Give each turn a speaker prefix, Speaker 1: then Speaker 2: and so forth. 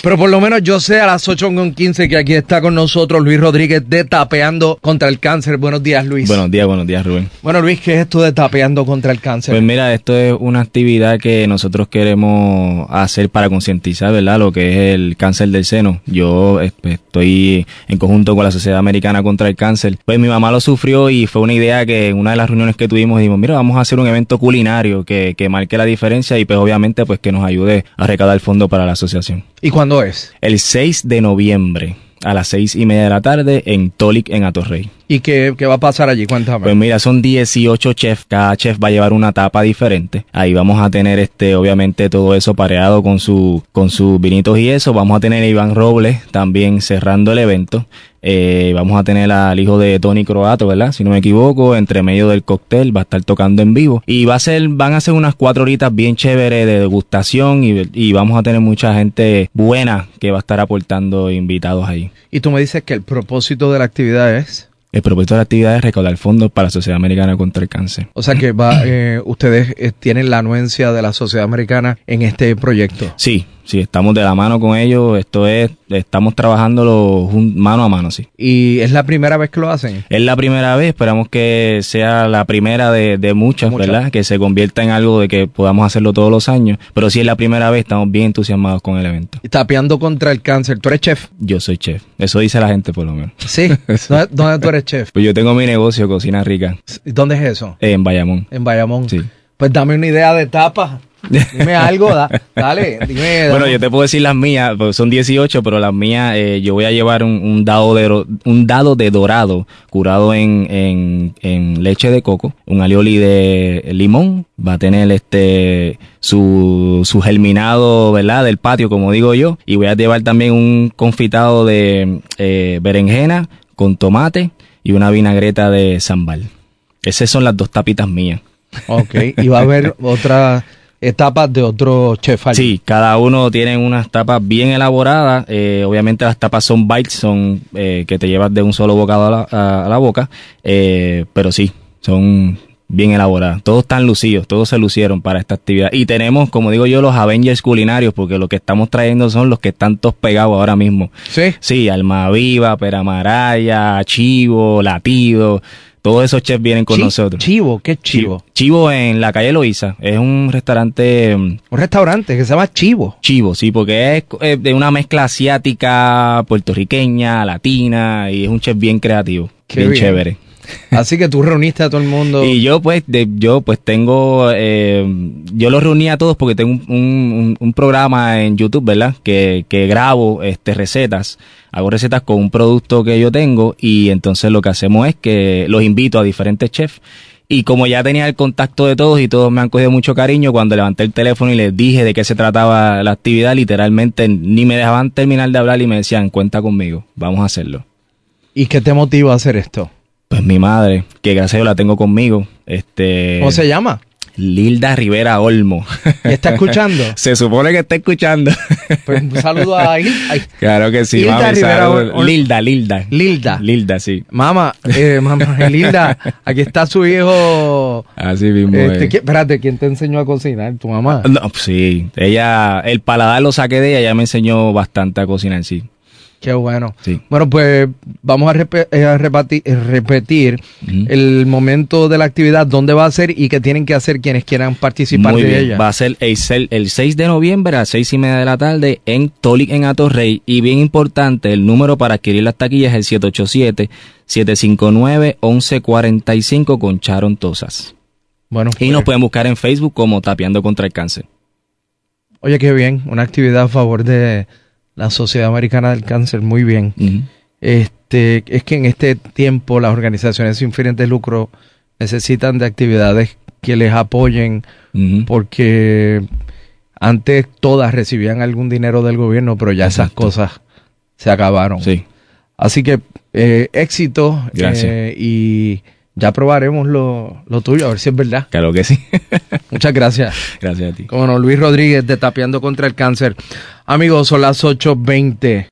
Speaker 1: Pero por lo menos yo sé a las 8.15 que aquí está con nosotros Luis Rodríguez de Tapeando contra el Cáncer. Buenos días, Luis.
Speaker 2: Buenos días, buenos días, Rubén.
Speaker 1: Bueno, Luis, ¿qué es esto de Tapeando contra el Cáncer?
Speaker 2: Pues mira, esto es una actividad que nosotros queremos hacer para concientizar, ¿verdad? Lo que es el cáncer del seno. Yo eh, pues, estoy en conjunto con la Sociedad Americana contra el Cáncer. Pues mi mamá lo sufrió y fue una idea que en una de las reuniones que tuvimos dijimos, mira, vamos a hacer un evento culinario que, que marque la diferencia y pues obviamente pues que nos ayude a recaudar fondos para la asociación.
Speaker 1: ¿Y cuándo es?
Speaker 2: El 6 de noviembre a las seis y media de la tarde en Tolic, en Atorrey.
Speaker 1: ¿Y qué, qué va a pasar allí? Cuéntame.
Speaker 2: Pues mira, son 18 chefs, cada chef va a llevar una tapa diferente. Ahí vamos a tener este, obviamente, todo eso pareado con su, con sus vinitos y eso. Vamos a tener a Iván Robles también cerrando el evento. Eh, vamos a tener al hijo de Tony Croato, ¿verdad? Si no me equivoco, entre medio del cóctel va a estar tocando en vivo. Y va a ser, van a ser unas cuatro horitas bien chéveres de degustación y, y vamos a tener mucha gente buena que va a estar aportando invitados ahí.
Speaker 1: Y tú me dices que el propósito de la actividad es...
Speaker 2: El propósito de la actividad es recaudar fondos para la Sociedad Americana contra el Cáncer.
Speaker 1: O sea que va, eh, ustedes eh, tienen la anuencia de la Sociedad Americana en este proyecto.
Speaker 2: Sí, sí, estamos de la mano con ellos. Esto es, estamos trabajándolo jun- mano a mano, sí.
Speaker 1: ¿Y es la primera vez que lo hacen?
Speaker 2: Es la primera vez, esperamos que sea la primera de, de muchas,
Speaker 1: Muchas.
Speaker 2: ¿verdad? Que se convierta en algo de que podamos hacerlo todos los años. Pero si es la primera vez, estamos bien entusiasmados con el evento.
Speaker 1: Tapeando contra el cáncer. ¿Tú eres chef?
Speaker 2: Yo soy chef. Eso dice la gente, por lo menos.
Speaker 1: Sí. ¿Dónde, dónde tú eres chef?
Speaker 2: Pues yo tengo mi negocio, Cocina Rica,
Speaker 1: ¿Dónde es eso?
Speaker 2: en Bayamón.
Speaker 1: En Bayamón.
Speaker 2: Sí.
Speaker 1: Pues dame una idea de tapa. Dime algo, da- dale. Dime,
Speaker 2: Bueno, yo te puedo decir las mías, pues son 18, pero las mías eh, yo voy a llevar un, un dado de ro- un dado de dorado curado en, en, en leche de coco, un alioli de limón, va a tener este su, su germinado, ¿verdad? Del patio, como digo yo, y voy a llevar también un confitado de eh, berenjena con tomate y una vinagreta de zambal. Esas son las dos tapitas mías.
Speaker 1: Ok, y va a haber otra etapa de otro chef allí.
Speaker 2: Sí, cada uno tiene unas tapas bien elaboradas. eh, obviamente las tapas son bites, son eh, que te llevas de un solo bocado a la, a- a la boca. eh, pero sí, son bien elaboradas. Todos están lucidos, todos se lucieron para esta actividad. Y tenemos, como digo yo, los Avengers culinarios, porque lo que estamos trayendo son los que están todos pegados ahora mismo.
Speaker 1: Sí.
Speaker 2: Sí, Alma Viva, Peramaraya, Chivo, Latido. Todos esos chefs vienen con
Speaker 1: Chi-
Speaker 2: nosotros.
Speaker 1: Chivo, ¿qué es chivo?
Speaker 2: Chivo en la calle Loíza. Es un restaurante... mm,
Speaker 1: Un restaurante que se llama Chivo.
Speaker 2: Chivo, sí, porque es eh, de una mezcla asiática, puertorriqueña, latina, y es un chef bien creativo,
Speaker 1: Qué
Speaker 2: bien,
Speaker 1: bien.
Speaker 2: chévere.
Speaker 1: Así que tú reuniste a todo el mundo.
Speaker 2: Y yo pues, de- yo pues tengo, eh, yo los reuní a todos porque tengo un, un- un programa en YouTube, ¿verdad? Que, que grabo este recetas, hago recetas con un producto que yo tengo y entonces lo que hacemos es que los invito a diferentes chefs. Y como ya tenía el contacto de todos y todos me han cogido mucho cariño, cuando levanté el teléfono y les dije de qué se trataba la actividad, literalmente ni me dejaban terminar de hablar y me decían, cuenta conmigo, vamos a hacerlo.
Speaker 1: ¿Y qué te motiva a hacer esto?
Speaker 2: Pues mi madre, que gracias a Dios la tengo conmigo, este...
Speaker 1: ¿Cómo se llama?
Speaker 2: Lilda Rivera Olmo.
Speaker 1: ¿Y está escuchando?
Speaker 2: Se supone que está escuchando.
Speaker 1: Pues un saludo a Il- ay,
Speaker 2: Claro que sí,
Speaker 1: Lilda
Speaker 2: mami,
Speaker 1: Rivera
Speaker 2: saludos.
Speaker 1: Ol- Ol-
Speaker 2: Lilda, Lilda.
Speaker 1: Lilda.
Speaker 2: Lilda, sí.
Speaker 1: Mamá, eh, mamá, Lilda, aquí está su hijo.
Speaker 2: Así mismo.
Speaker 1: Este,
Speaker 2: es.
Speaker 1: ¿quién- espérate, ¿quién te enseñó a cocinar? ¿Tu mamá?
Speaker 2: No, sí, ella, el paladar lo saqué de ella, ella me enseñó bastante a cocinar, sí.
Speaker 1: Qué bueno.
Speaker 2: Sí.
Speaker 1: Bueno, pues vamos a, repe- eh, a repati- eh, repetir
Speaker 2: Ujú.
Speaker 1: el momento de la actividad, dónde va a ser y qué tienen que hacer quienes quieran participar
Speaker 2: Muy
Speaker 1: de
Speaker 2: bien,
Speaker 1: ella.
Speaker 2: va a ser el, sel- el 6 de noviembre a las 6 y media de la tarde en Tolic en Atorrey. Y bien importante, el número para adquirir las taquillas es el 787-759-1145 con Charon Tosas.
Speaker 1: Bueno,
Speaker 2: Y
Speaker 1: pues,
Speaker 2: nos pueden buscar en Facebook como Tapeando contra el Cáncer.
Speaker 1: oye, qué bien, una actividad a favor de la Sociedad Americana del Cáncer, muy bien.
Speaker 2: Ujú.
Speaker 1: Este, es que en este tiempo las organizaciones sin fines de lucro necesitan de actividades que les apoyen
Speaker 2: Ujú.
Speaker 1: porque antes todas recibían algún dinero del gobierno, pero ya esas
Speaker 2: Exacto.
Speaker 1: cosas se acabaron.
Speaker 2: Sí.
Speaker 1: Así que eh, éxito
Speaker 2: Gracias.
Speaker 1: eh, y ya probaremos lo, lo tuyo, a ver si es verdad.
Speaker 2: Claro que sí.
Speaker 1: Muchas gracias.
Speaker 2: Gracias a ti.
Speaker 1: Como no, Luis Rodríguez de Tapeando contra el Cáncer. Amigos, son las 8.20.